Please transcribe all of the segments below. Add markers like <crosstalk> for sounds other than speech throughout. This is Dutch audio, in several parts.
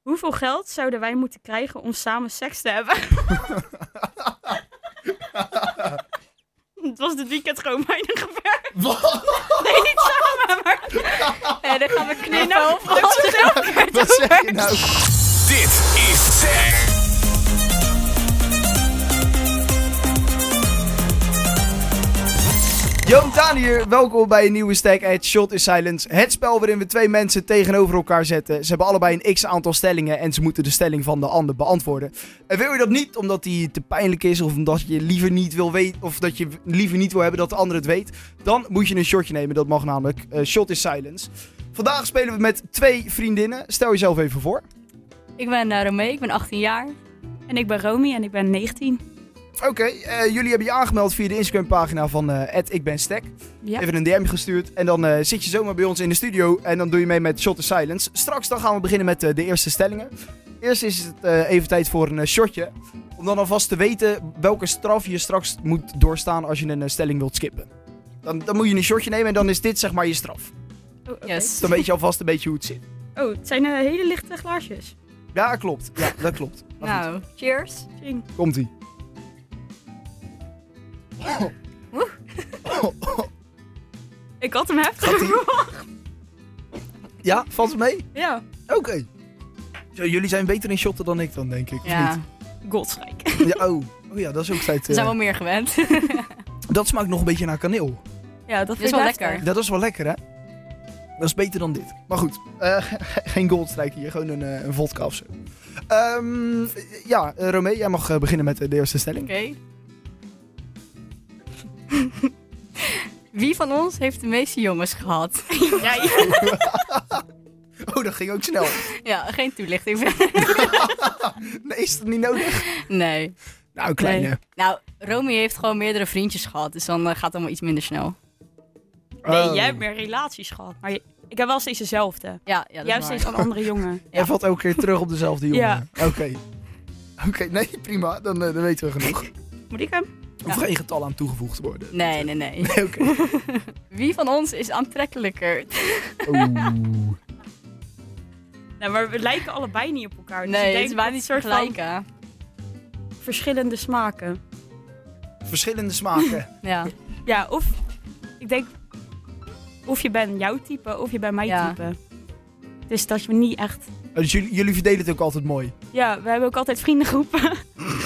Hoeveel geld zouden wij moeten krijgen om samen seks te <laughs> hebben? Het was dit weekend gewoon mijn gevecht. Wat? Nee, niet samen, maar... Nee, dan gaan we Nee, knippen. nou, dat is het ook weer Wat te zeg je ver. nou? Dit is Tech. Yo, Daan hier. Welkom bij een nieuwe Stack at Shot in Silence. Het spel waarin we twee mensen tegenover elkaar zetten. Ze hebben allebei een x-aantal stellingen en ze moeten de stelling van de ander beantwoorden. En wil je dat niet omdat die te pijnlijk is of omdat je liever niet wil weten of dat je liever niet wil hebben dat de ander het weet, dan moet je een shotje nemen. Dat mag namelijk eh, Shot in Silence. Vandaag spelen we met twee vriendinnen. Stel jezelf even voor. Ik ben eh, Romee, ik ben 18 jaar. En ik ben Romy en ik ben 19. Oké, eh, jullie hebben je aangemeld via de Instagram-pagina van eh @ikbenstack. Ja. Even een DM gestuurd. En dan eh, zit je zomaar bij ons in de studio. En dan doe je mee met Shot in Silence. Straks dan gaan we beginnen met eh, de eerste stellingen. Eerst is het eh, even tijd voor een eh, shotje. Om dan alvast te weten welke straf je straks moet doorstaan als je een eh, stelling wilt skippen. Dan, dan moet je een shotje nemen en dan is dit zeg maar je straf. Oh, oké. Yes. Dan weet je alvast een beetje hoe het zit. Oh, het zijn eh, hele lichte glaasjes. Ja, klopt. Ja, dat klopt. Maar goed, Nou, cheers. Tjing. Komt-ie. Ik had hem heftig. Gaat-ie? <laughs> Ja, valt het mee? <laughs> Ja, Oké. Zo, Jullie zijn beter in shotten dan ik dan, denk ik. Of Ja, godsrijk. niet? Ja, oh. oh ja, dat is ook <laughs> tijd. we zijn eh, wel meer gewend. Dat smaakt nog een beetje naar kaneel. Ja, dat Dit is wel lekker. Dat is wel lekker, hè? Dat is beter dan dit. Maar goed, eh, <laughs> geen goldstrijk hier. Gewoon een, eh, een vodka of zo. Ehm, ja, eh, Romee, jij mag eh, beginnen met eh, de eerste stelling. <laughs> Oké. Wie van ons heeft de meeste jongens gehad? Jij. Oh, dat ging ook snel. Ja, geen toelichting verder. Nee, is dat niet nodig? <laughs> Nee. Nou, kleine. Nou, Romy heeft gewoon meerdere vriendjes gehad, dus dan eh, gaat het allemaal iets minder snel. Nee, Oh. jij hebt meer relaties gehad. Maar je- ik heb wel steeds dezelfde. Ja, ja dat jij hebt is steeds waar. een andere jongen. Jij valt elke keer terug op dezelfde jongen. Ja. Oké. <laughs> Oké, nee, prima. Dan, eh, dan weten we genoeg. Er Moet ik hem? hoeft geen getal aan toegevoegd te worden. Nee, nee, <laughs> nee. Oké. Wie van ons is aantrekkelijker? <laughs> Oeh. Nou, maar we lijken allebei niet op elkaar. Dus ik Nee, denk het is waar dat niet soort van vergelijken. verschillende smaken. Verschillende smaken. Ja. Ja, of ik denk of je bent jouw type of je bent mijn Ja. type. Dus dat je niet echt. Dus jullie, jullie verdelen het ook altijd mooi. Ja, we hebben ook altijd vriendengroepen. <laughs>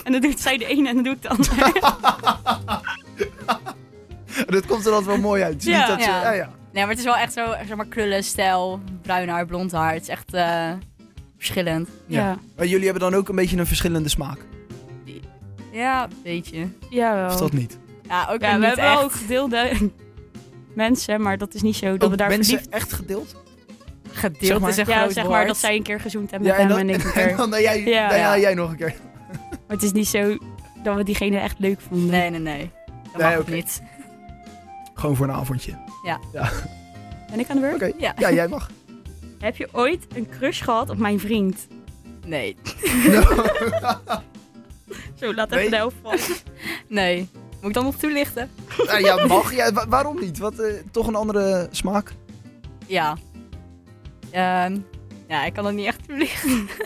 en dan doet zij de ene en dan doe ik de andere. <laughs> Dat komt er altijd wel mooi uit. Het is Ja. niet dat je- Ja. ja, ja. Nee, maar het is wel echt zo, zeg maar, krullen, stijl, bruin haar, blond haar. Het is echt eh, verschillend. Ja, Maar jullie hebben dan ook een beetje een verschillende smaak. Ja, een beetje. jawel. Of dat niet? Ja, ook Ja, weer we niet hebben echt. wel ook gedeelde <laughs> mensen, maar dat is niet zo dat we Ook daar Oh, mensen verliefd echt gedeeld? Gedeeld Zeg maar- is een Ja, groot zeg woord. maar dat zij een keer gezoend hebben met hem en ik een <laughs> en keer. dan nou, jij, Ja. daarna Ja. jij nog een keer. Maar het is niet zo dat we diegene echt leuk vonden. Nee, nee, nee. Dat Nee, mag ook oké. niet. Gewoon voor een avondje. Ben ik aan de beurt? Oké, Ja. ja. jij <laughs> mag. Heb je ooit een crush gehad op mijn vriend? Nee. Zo, laat even Nee. de helft vallen. Nee. Moet ik dan nog toelichten? Nou ja, mag. Ja, wa- waarom niet? Wat, eh, toch een andere smaak? Ja. Ehm, ja, ik kan dat niet echt toelichten. <laughs>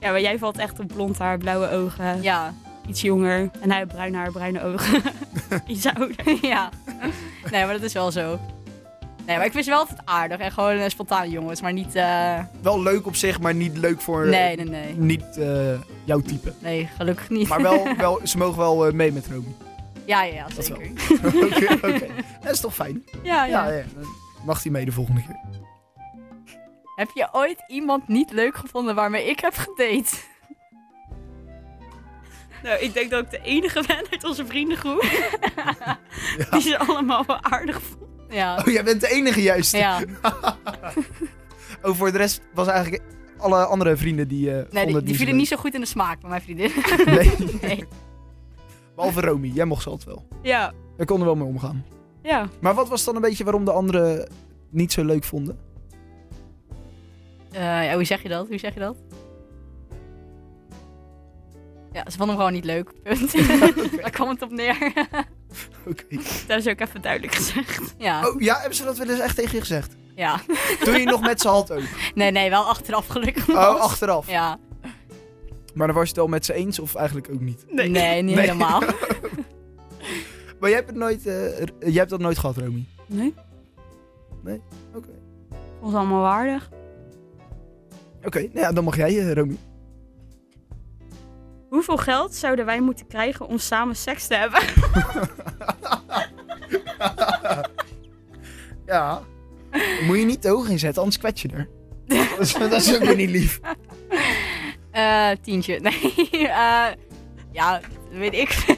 Ja, maar jij valt echt op blond haar, blauwe ogen, Ja. <laughs> iets jonger. En hij heeft bruin haar, bruine ogen. <laughs> iets ouder. ja. Nee, maar dat is wel zo. Nee, maar ik vind ze wel altijd aardig. En gewoon eh, spontane jongens, maar niet... eh, Wel leuk op zich, maar niet leuk voor... eh, Nee, nee, nee. Niet eh, jouw type. Nee, gelukkig niet. Maar <laughs> wel, wel, ze mogen wel eh, mee met Romy. <laughs> Ja, ja, ja, Dat zeker. Oké, <laughs> oké. Dat is toch fijn? Ah, Ja, Ja, ja. ja. Dan Mag hij mee de volgende keer? Heb je ooit iemand niet leuk gevonden waarmee ik heb gedate? <laughs> Nou, ik denk dat ik de enige ben uit onze <laughs> vriendengroep. Die ze allemaal wel aardig vonden. Ja. Oh, jij bent de enige juist. Ja, <laughs> Oh, voor de rest was eigenlijk alle andere vrienden die... eh, nee, vonden die, het die zo vielen niet zo goed in de smaak bij mijn vriendin. leuk. Nee. <laughs> Nee. Behalve Romy, jij mocht ze altijd wel. Ja, We konden wel mee omgaan. ja. Maar wat was dan een beetje waarom de anderen niet zo leuk vonden? <laughs> Eh, ja, hoe zeg je dat? Hoe zeg je dat? Ja, ze vonden hem gewoon niet leuk. Punt. Daar kwam het op neer. Oké. Dat is ook even duidelijk gezegd. ja. Oh ja, hebben ze dat wel eens echt tegen je gezegd? Ja. Toen je nog met z'n hand <laughs> ook. Nee, nee, wel achteraf gelukkig. Oh, nog. achteraf. Ja. Maar dan was je het wel met ze eens of eigenlijk ook niet. Nee, niet Nee. helemaal. Maar jij hebt, het nooit, eh, r- jij hebt dat nooit gehad, Romy. Nee. Nee? Oké. Ons allemaal waardig. Oké, nou ja, dan mag jij, eh, Romy. Hoeveel geld zouden wij moeten krijgen om samen seks te hebben? <laughs> <laughs> Ja. Moet je niet de ogen inzetten, anders kwets je er. dat, is, dat is ook weer niet <laughs> lief. Eh, tientje. <laughs> Nee. eh, ja, weet ik veel.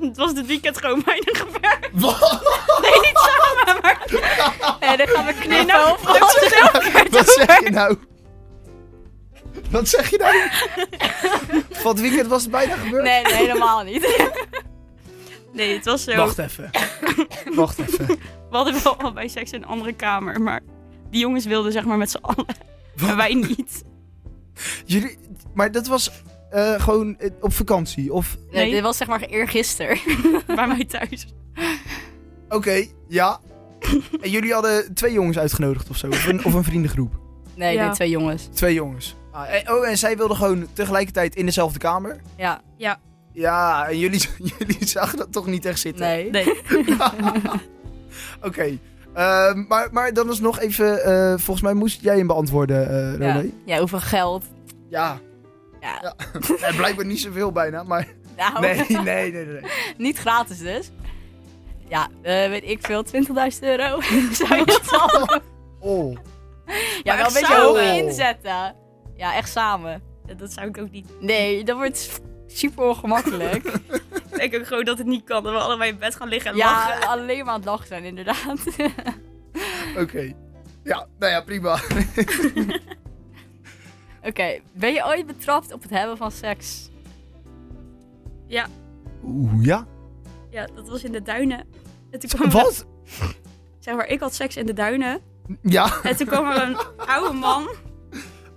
Het was dit weekend gewoon mijn gebeurd. <laughs> Wat? Nee, niet samen, maar... Nee, dan gaan we knippen. Nee, nou, dat is het ook. Wat zeg je nou? Wat zeg je <laughs> nou? Van het weekend was het bijna gebeurd. Nee, nee, helemaal niet. Nee, het was zo. Wacht even. Wacht even. We hadden wel al bij seks een andere kamer, maar die jongens wilden zeg maar met z'n allen. Maar wij niet. Jullie, maar dat was eh, gewoon eh, op vakantie. Of, <laughs> Nee, Nee. dit was zeg maar eergisteren. Bij mij thuis. oké, <laughs> ja. En jullie hadden twee jongens uitgenodigd of zo. Of een, of een vriendengroep. Nee, Ja. nee, twee jongens. Twee jongens. Ah, en- oh, en zij wilden gewoon tegelijkertijd in dezelfde kamer. Ja, Ja, en jullie, <laughs> jullie zagen dat toch niet echt zitten. nee. Nee. Oké. Ehm, maar, maar dan is nog even, eh, volgens mij moest jij hem beantwoorden, eh Ja. René. ja, hoeveel geld? Ja. <laughs> Ja. Nee, blijkbaar niet zoveel bijna, maar... Nou, Nee, nee, nee, nee. nee. niet gratis dus. Ja, eh, weet ik veel, 20.000 euro. <laughs> Zou je dat al? Oh. Ja, wel een echt beetje samen. hoog inzetten. Ja, echt samen. Dat zou ik ook niet. Nee, dat wordt super ongemakkelijk. Ik denk ook gewoon dat het niet kan. Dat we allebei in bed gaan liggen en lachen. Ja, alleen maar aan het lachen zijn inderdaad. <laughs> Oké. Ja, nou ja, prima. Oké, ben je ooit betrapt op het hebben van seks? Oeh, ja? Ja, dat was in de duinen. En toen kwam er- Wat? zeg maar, ik had seks in de duinen. Ja. En toen kwam er een oude man.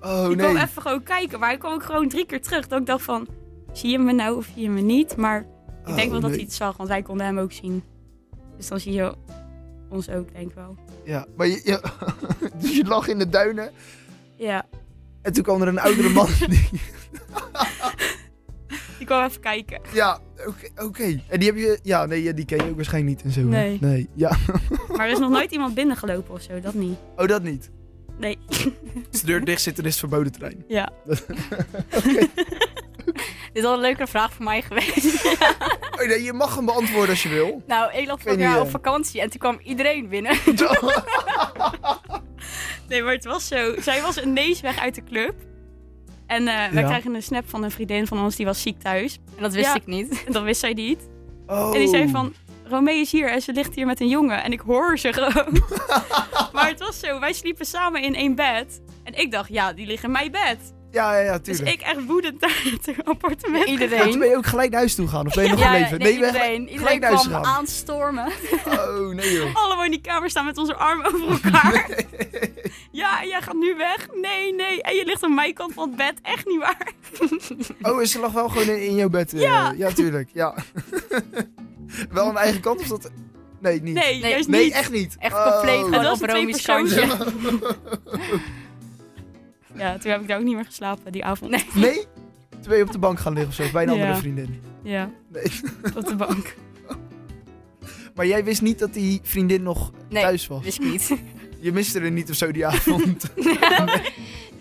Oh, die kwam nee. even gewoon kijken. Maar hij kwam ook gewoon drie keer terug. Dat ik dacht van, zie je me nou of zie je me niet? Maar ik Oh, denk wel dat hij het zag, want wij konden hem ook zien. Dus dan zie je ons ook, denk ik wel. Ja, <laughs> maar je, je- dus je lag in de duinen Ja, en toen kwam er een oudere <laughs> man. die- die kwam even kijken. ja, oké. oké. En die heb je... Ja, nee, ja, die ken je ook waarschijnlijk niet en zo. hè? Nee. Nee, ja. Maar er is nog nooit iemand binnengelopen of zo, dat niet. Oh, dat niet. Nee. <laughs> Als de deur dicht zit, dan is het verboden terrein. Ja. Dit had een leukere vraag voor mij geweest. <laughs> Oh, nee, je mag hem beantwoorden als je <laughs> wil. nou, ik lag weet vorig niet, jaar eh. op vakantie en toen kwam iedereen binnen. <laughs> Nee, maar het was zo. Zij was ineens weg uit de club. En eh, wij Ja. krijgen een snap van een vriendin van ons, die was ziek thuis. En dat wist Ja. ik <laughs> niet. En dat wist zij niet. Oh. En die zei van, Romee is hier en ze ligt hier met een jongen. En ik hoor ze <laughs> gewoon. maar het was zo, wij sliepen samen in één bed. En ik dacht, ja, die liggen in mijn bed. Ja, ja, ja, Dus tuurlijk. ik echt woedend <laughs> naar het appartement. Maar toen Iedereen. ben je ook gelijk naar huis toe gegaan, of <laughs> ben je nog Ja, gebleven? nee, je bent iedereen. gelijk- Iedereen gelijk kwam naar huis aanstormen. gegaan. <laughs> Oh, nee joh. Allemaal in die kamer staan met onze armen over elkaar. Ja, en jij gaat nu weg. Nee, nee. En je ligt aan mijn kant van het bed. Echt niet waar. Oh, en ze lag wel gewoon in, in jouw bed. eh, Ja. ja, tuurlijk. Ja. <laughs> wel aan de eigen kant of dat... Nee, niet. Nee, Nee. juist Nee, niet. echt niet. Echt Oh. compleet Het gewoon was op een Romy's tweepersoonsje. kantje. Ja, toen heb ik daar ook niet meer geslapen die avond. Nee. Nee? Toen ben je op de bank gaan liggen of zo, bij een Ja. andere vriendin. Ja, Nee. op de bank. Maar jij wist niet dat die vriendin nog Nee. thuis was. Wist ik niet. Je miste er niet of zo die <laughs> avond. <laughs>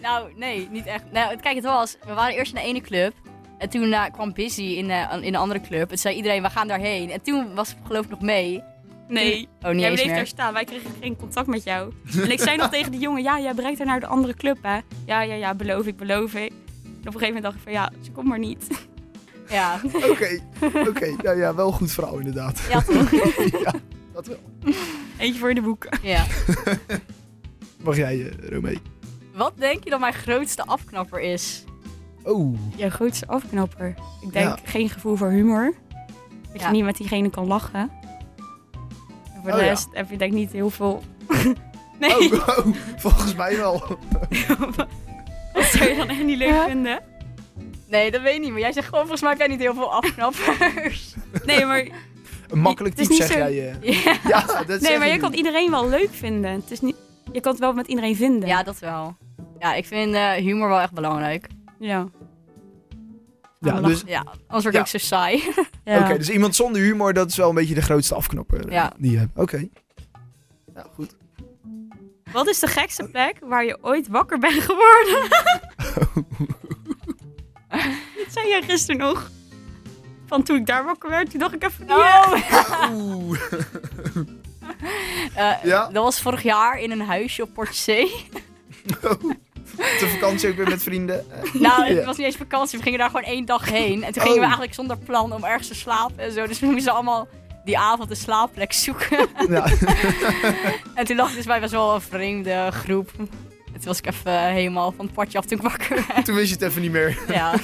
nou, nee, niet echt. Nou, kijk, het was, we waren eerst in de ene club. En toen eh, kwam Busy in, eh, in de andere club. En zei iedereen, we gaan daarheen. En toen was ik geloof ik nog mee. Nee. Oh, niet jij eens bleef meer. daar staan. Wij kregen geen contact met jou. En ik zei <laughs> nog tegen die jongen, ja, jij bereikt haar naar de andere club, hè. Ja, ja, ja, beloof ik, beloof ik. En op een gegeven moment dacht ik van, ja, ze komt maar niet. <laughs> Ja, Oké, oké. Nou ja, wel een goed verhaal inderdaad. ja toch? ja, dat wel. Eentje voor in de boeken. ja. Mag jij, eh Romee? Wat denk je dat mijn grootste afknapper is? Oh. Jouw grootste afknapper. Ik denk, Ja. geen gevoel voor humor. Dat Ja. je niet met diegene kan lachen. En voor Oh, de ja. rest heb je denk ik niet heel veel... <laughs> nee, <laughs> Oh, oh, volgens mij wel. dat zou je dan echt niet leuk vinden. <laughs> <laughs> Nee, dat weet ik niet. Maar jij zegt gewoon, volgens mij heb jij niet heel veel afknappers. Nee, maar Een makkelijk Het is type, zeg niet zo- jij. eh. Ja. Ja, dat Nee, zeggen maar je jullie. kan iedereen wel leuk vinden. Het is niet, je kan het wel met iedereen vinden. ja, dat wel. Ja, ik vind eh, humor wel echt belangrijk. Ja. Ja, dus, Ja, anders word ik Ja. ook zo saai. Ja. Oké, dus iemand zonder humor, dat is wel een beetje de grootste afknopper eh, Ja. die je hebt. Oké. Nou, goed. Wat is de gekste plek waar je ooit wakker bent <laughs> geworden? Dit zei jij gisteren nog. Van toen ik daar wakker werd, toen dacht ik even... Oh. Oeh. <laughs> Eh, Ja. Dat was vorig jaar in een huisje op Port C. <laughs> De vakantie ook weer met vrienden. Eh, nou, het Ja. was niet eens vakantie. We gingen daar gewoon één dag heen. En toen gingen Oh. we eigenlijk zonder plan om ergens te slapen en zo. Dus we moesten allemaal die avond een slaapplek zoeken. <laughs> ja. <laughs> en toen lag ik dus bij best wel een vreemde groep. En toen was ik even eh, helemaal van het padje af toen ik wakker <laughs> werd. Toen wist je het even niet meer. ja.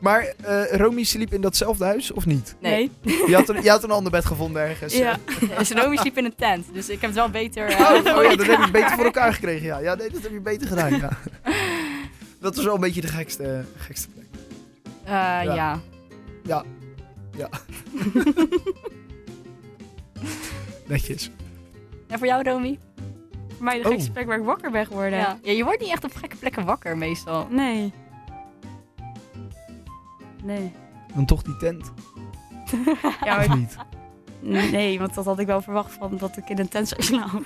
Maar eh, Romy sliep in datzelfde huis, of niet? Nee. Je had een, je had een ander bed gevonden ergens. Dus, <laughs> Ja. eh. Romy sliep in een tent, dus ik heb het wel beter. eh, Oh, oh ja, dat heb je beter voor elkaar gekregen, ja. Ja, nee, dat heb je beter gedaan, ja. Dat was wel een beetje de gekste, gekste plek. eh, ja. Netjes. En voor jou, Romy? Voor mij de Oh. gekste plek waar ik wakker ben geworden. Ja. ja. Je wordt niet echt op gekke plekken wakker meestal. Nee. Nee. Dan toch die tent, Oh, Ja, maar of niet? ik- nee, want dat had ik wel verwacht van dat ik in een tent zou <laughs> slapen.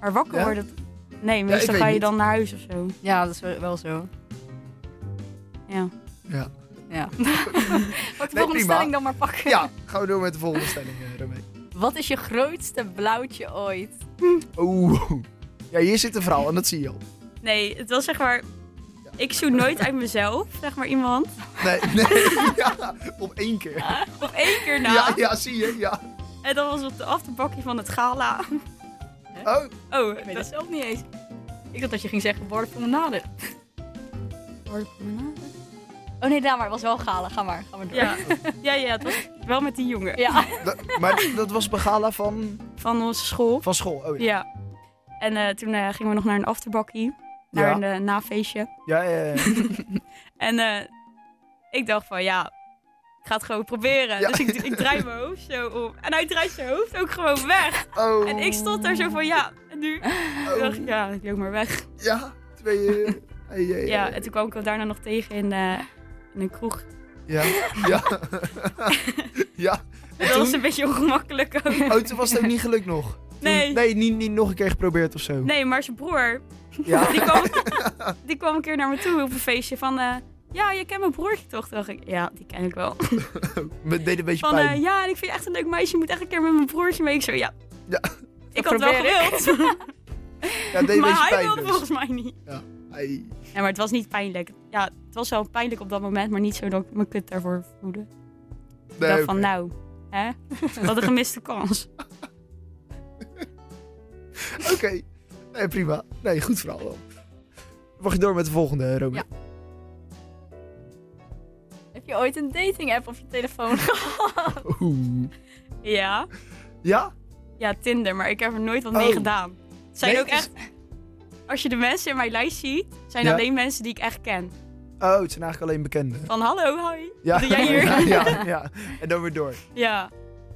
maar wakker Ja? worden... Nee, ik meestal weet ga je niet. dan naar huis of zo. Ja, dat is wel wel zo. Ja. Ja. <laughs> Ja. Pak de volgende prima. stelling dan maar pakken. ja, gaan we door met de volgende stelling, eh, Romy. Wat is je grootste blauwtje ooit? Oeh. Oh. Ja, hier zit een vrouw en dat zie je al. Nee, het was zeg maar... Ik zoek nooit uit mezelf, zeg maar iemand. Nee, nee. <laughs> Ja, op één keer. Op één keer na. Ja, ja, zie je, ja. En dat was op de afterbakje van het gala. Oh, Oh, Ik weet dat zelf niet eens. Ik dacht dat je ging zeggen borden van nader. Oh nee, daar maar. Het was wel galen. Ga maar. Ga maar door. Ja. ja, ja, het was wel met die jongen. Ja. <laughs> dat- maar dat was begala van, Van onze school. van school. Oh, ja. Ja. En eh, toen eh, gingen we nog naar een afterbakkie. Naar Ja. een eh, nafeestje. Ja, ja, ja. En eh, ik dacht van, ja, ik ga het gewoon proberen. Ja. Dus ik, ik draai mijn hoofd zo om. En hij draait zijn hoofd ook gewoon weg. Oh. <laughs> En ik stond daar zo van, ja, en nu? Toen dacht ik, Oh, ja, ik loop maar weg. ja, twee... eh, hey, hey, Ja, hey. en toen kwam ik hem daarna nog tegen in, eh, in een kroeg. Ja, <laughs> ja. <laughs> ja. Dat toen? was een beetje ongemakkelijk ook. Oh, toen was het ook niet gelukt nog. Toen- Nee. Nee, niet, niet nog een keer geprobeerd of zo. Nee, maar zijn broer, Ja. die <laughs> kwam, die kwam een keer naar me toe op een feestje van... eh, ja, je kent mijn broertje toch? Toen dacht ik, ja, die ken ik wel. Het deed een beetje Van, pijn. eh, ja, en ik vind je echt een leuk meisje. Je moet echt een keer met mijn broertje mee. Ik zo, ja. Ja. Ik had het wel probeer gewild, ja, het deed een eh, maar beetje hij pijn wilde dus. volgens mij niet. Ai. Ja, maar het was niet pijnlijk. Ja, het was wel pijnlijk op dat moment, maar niet zo dat ik me kut daarvoor voelde. Nee, ik dacht oké. van, nou, hè? Wat een gemiste kans. nou. Oké, nee, prima. Nee, goed verhaal wel. Mag je door met de volgende, eh, Romy? Ja. Heb je ooit een dating app op je telefoon gehad? <laughs> Oeh. Ja. Ja? Ja, Tinder, maar ik heb er nooit wat Oh. mee gedaan. Het zijn Nee, ook is- echt, als je de mensen in mijn lijst ziet, zijn Ja. alleen mensen die ik echt ken. Oh, het zijn eigenlijk alleen bekenden. Van hallo, hi. Ja. Doe jij hier? ja, <laughs> ja, ja. En dan weer door. Ja.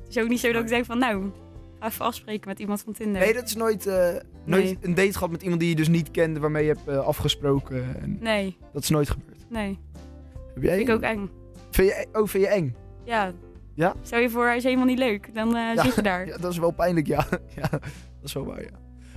Het is ook niet zo dat ik denk van, nou, ga even afspreken met iemand van Tinder. Nee, dat is nooit, eh, nooit Nee. een date gehad met iemand die je dus niet kende, waarmee je hebt eh, afgesproken. En nee, dat is nooit gebeurd. nee. Heb jij? Vind ik ook eng. Vind je, oh, vind je eng? Ja. Ja? Stel je voor, hij is helemaal niet leuk. Dan eh, Ja. zit je <laughs> daar. Ja, dat is wel pijnlijk, ja. ja dat is wel waar, ja.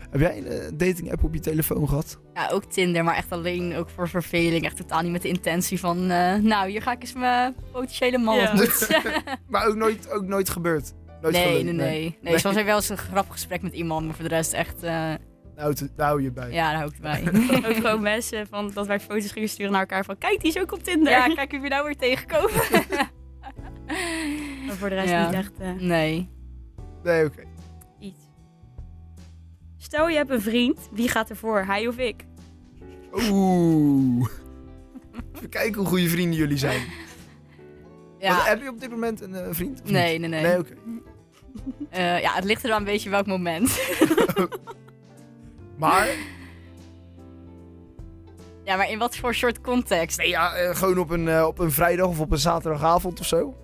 Heb jij een eh, dating app op je telefoon gehad? Ja, ook Tinder, maar echt alleen ook voor verveling. Echt totaal niet met de intentie van, eh, nou, hier ga ik eens mijn potentiële man Ja. <laughs> ontmoeten. maar ook nooit, ook nooit gebeurd. Nooit nee, nee, gelukt, nee, nee. Nee. soms heb ik wel eens een grappig gesprek met iemand, maar voor de rest echt, eh, Nou, te- daar hou je bij. ja, daar hou ik het <laughs> bij. Ook gewoon mensen van, dat wij foto's gingen sturen naar elkaar van, kijk, die is ook op Tinder. ja, kijk wie we nou weer tegenkomen. <laughs> Maar voor de rest Ja. niet echt eh, <laughs> nee. Nee, oké. iets. Stel je hebt een vriend, wie gaat ervoor? Hij of ik? Oeh. Even kijken hoe goede vrienden jullie zijn. Want Ja, heb je op dit moment een eh, vriend? of niet? nee, nee, nee. Nee, oké. Eh, ja, het ligt er wel een beetje welk moment. <laughs> Maar, Ja, maar in wat voor soort context? nee, ja, eh, gewoon op een, eh, op een vrijdag of op een zaterdagavond of zo.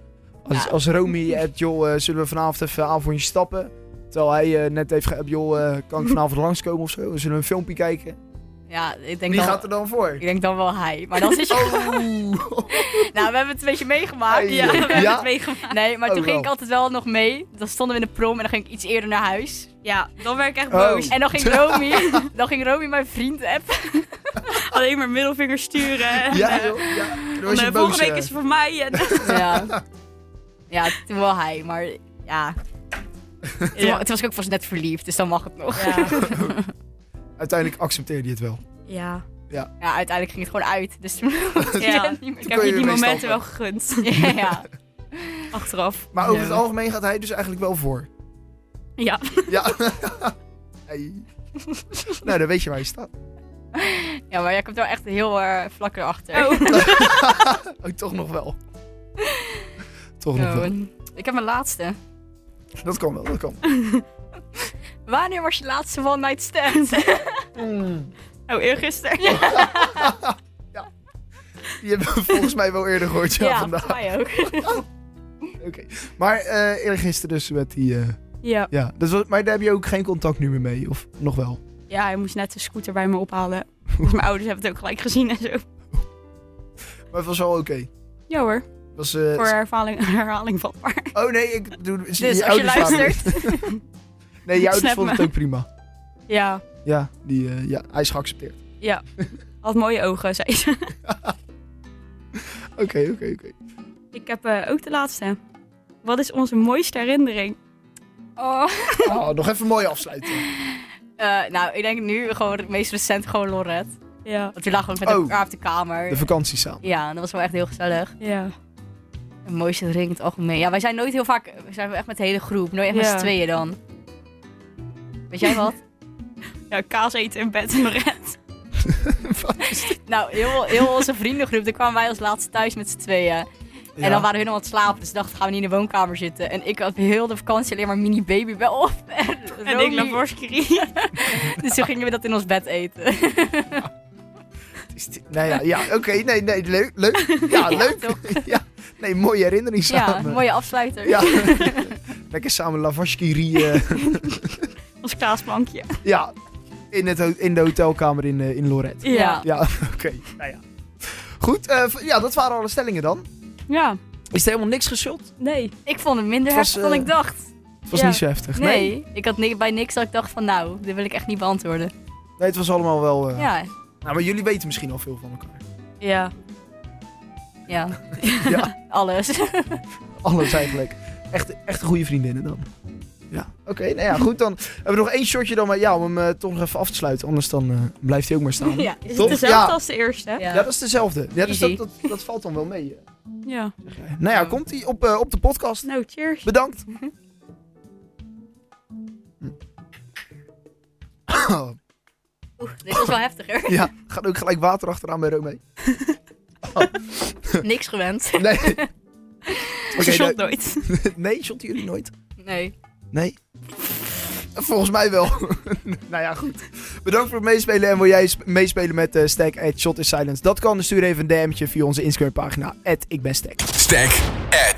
Als, Ja. als Romy hebt, joh, eh, zullen we vanavond even aan voor je stappen? Terwijl hij eh, net heeft geappt, joh, eh, kan <laughs> ik vanavond langskomen of zo? Zullen we een filmpje kijken? Ja, ik denk, Wie dan, gaat er Oh. dan voor? <laughs> ik denk dan wel hij. <laughs> Maar dan zit je Nou, we hebben het een beetje meegemaakt. <laughs> Hey, Ja, joh. we hebben Ja? het meegemaakt. Nee, maar Oh, toen ging ik wel. altijd wel nog mee. Dan stonden we in de prom en dan ging ik iets eerder naar huis. Ja, dan werd ik echt Oh. boos. En dan ging Romy, <laughs> dan ging Romy mijn vriend appen. Alleen maar middelvinger sturen. En, eh, <laughs> Ja, joh. Ja. Dan was je eh, boos, volgende week eh. is het voor mij. En, Ja, ja toen wel hij, maar <laughs> ja. Toen, Ja. toen was ik ook pas net verliefd, dus dan mag het nog. <laughs> ja. eh. <laughs> Uiteindelijk accepteerde je het wel. ja. Ja, uiteindelijk ging het gewoon uit. Dus toen Ja. niet meer. Ik kon heb je je die ermee momenten stappen. wel gegund. <laughs> Ja, ja. <laughs> Achteraf. Maar over Ja. het algemeen gaat hij dus eigenlijk wel voor. Ja. Ja. <laughs> Hey. Nou, dan weet je waar je <laughs> staat. ja, maar jij komt wel echt heel eh, vlak erachter. Oh. Oh, toch nog wel. Toch nog Zo, wel. Ik heb mijn laatste. Dat kan wel, dat kan. <laughs> Wanneer was je laatste one night stand? Oh, eergisteren. Die hebben we volgens mij wel eerder gehoord ja, vandaag. voor mij ook. Oké. Maar eh eergisteren dus met die... eh, Ja. ja, dat was, maar daar heb je ook geen contact nu meer mee, of nog wel? ja, hij moest net de scooter bij me ophalen. Dus mijn ouders hebben het ook gelijk gezien en zo. Maar het was wel oké. Ja hoor, Was, eh, voor herhaling, <laughs> herhaling vatbaar. Oh nee, ik doe... Dus als je <laughs> nee, je ouders Snap vonden me. het ook prima. Ja, Ja, die, eh, ja, hij is geaccepteerd. had mooie ogen, zei ze. Oké, oké, oké. <laughs> Ik heb eh, ook de laatste. Wat is onze mooiste herinnering? Oh. <laughs> Oh, nog even mooi afsluiten. Eh, nou, ik denk nu gewoon het meest recent gewoon Lorette. Ja, Want we lagen ook met Oh. elkaar op de kamer. De vakantie <laughs> samen. ja, dat was wel echt heel gezellig. ja. Het mooiste ring in het algemeen. Ja, wij zijn nooit heel vaak... We zijn wel echt met de hele groep. Nooit echt met Ja. z'n tweeën dan. Weet jij wat? Ja, kaas eten in bed en de rent. nou, heel, heel onze vriendengroep. Daar kwamen wij als laatste thuis met z'n tweeën. En dan waren hun al aan het slapen. Dus dachten, gaan we niet in de woonkamer zitten. En ik had heel de vakantie alleen maar mini baby bij op. <laughs> En, En Romy. ik Lavorskiri. Dus toen gingen we dat in ons bed eten. Is dit- Nou ja, ja oké. nee, nee, leuk. leuk. Ja, leuk. <laughs> Ja, nee, mooie herinnering ja, samen. mooie afsluiter. eh, <laughs> Ja. Lekker samen lavashkiri. eh, <laughs> Ons kaasplankje. ja, in, het, ho- in de hotelkamer in, eh, in Lorette. Ja. Ja, <laughs> oké. Nou ja. Goed, eh, v- ja, dat waren alle stellingen dan. Ja, Is er helemaal niks geschuld? nee. Ik vond het minder Het was, heftig dan eh, ik dacht. Het was Ja. niet zo heftig. Nee, ik had ni- bij niks dat ik dacht van nou, dit wil ik echt niet beantwoorden. Nee, het was allemaal wel... eh, Ja, Nou, maar jullie weten misschien al veel van elkaar. Ja. ja, Ja, <laughs> alles. alles eigenlijk. Echt, echt goede vriendinnen dan. Ja, oké. nou ja, goed. Dan hebben we nog één shotje dan maar, ja, om hem eh, toch nog even af te sluiten. Anders dan eh, blijft hij ook maar staan. <laughs> ja. Is Toch? het dezelfde Ja. als de eerste? Ja. Ja, dat is dezelfde. Ja, dus dat, Easy. dat, dat valt dan wel mee. eh, Ja. zeg jij. Nou ja, komt hij op, eh, op de podcast. Nou, cheers. Bedankt. Mhm. Oh, Dit was wel <laughs> <laughs> heftiger. ja, gaat ook gelijk water achteraan bij Romee. niks gewend. <laughs> Nee. Ze Oké, shot nee, nooit. nee, shotten jullie nooit? Nee. Nee. Volgens mij wel. <laughs> nou ja, goed. Bedankt voor het meespelen. En wil jij sp- meespelen met eh Stack at Shot in Silence? Dat kan. Dus stuur even een DM'tje via onze Instagram pagina. Ik ben Stack. Stack at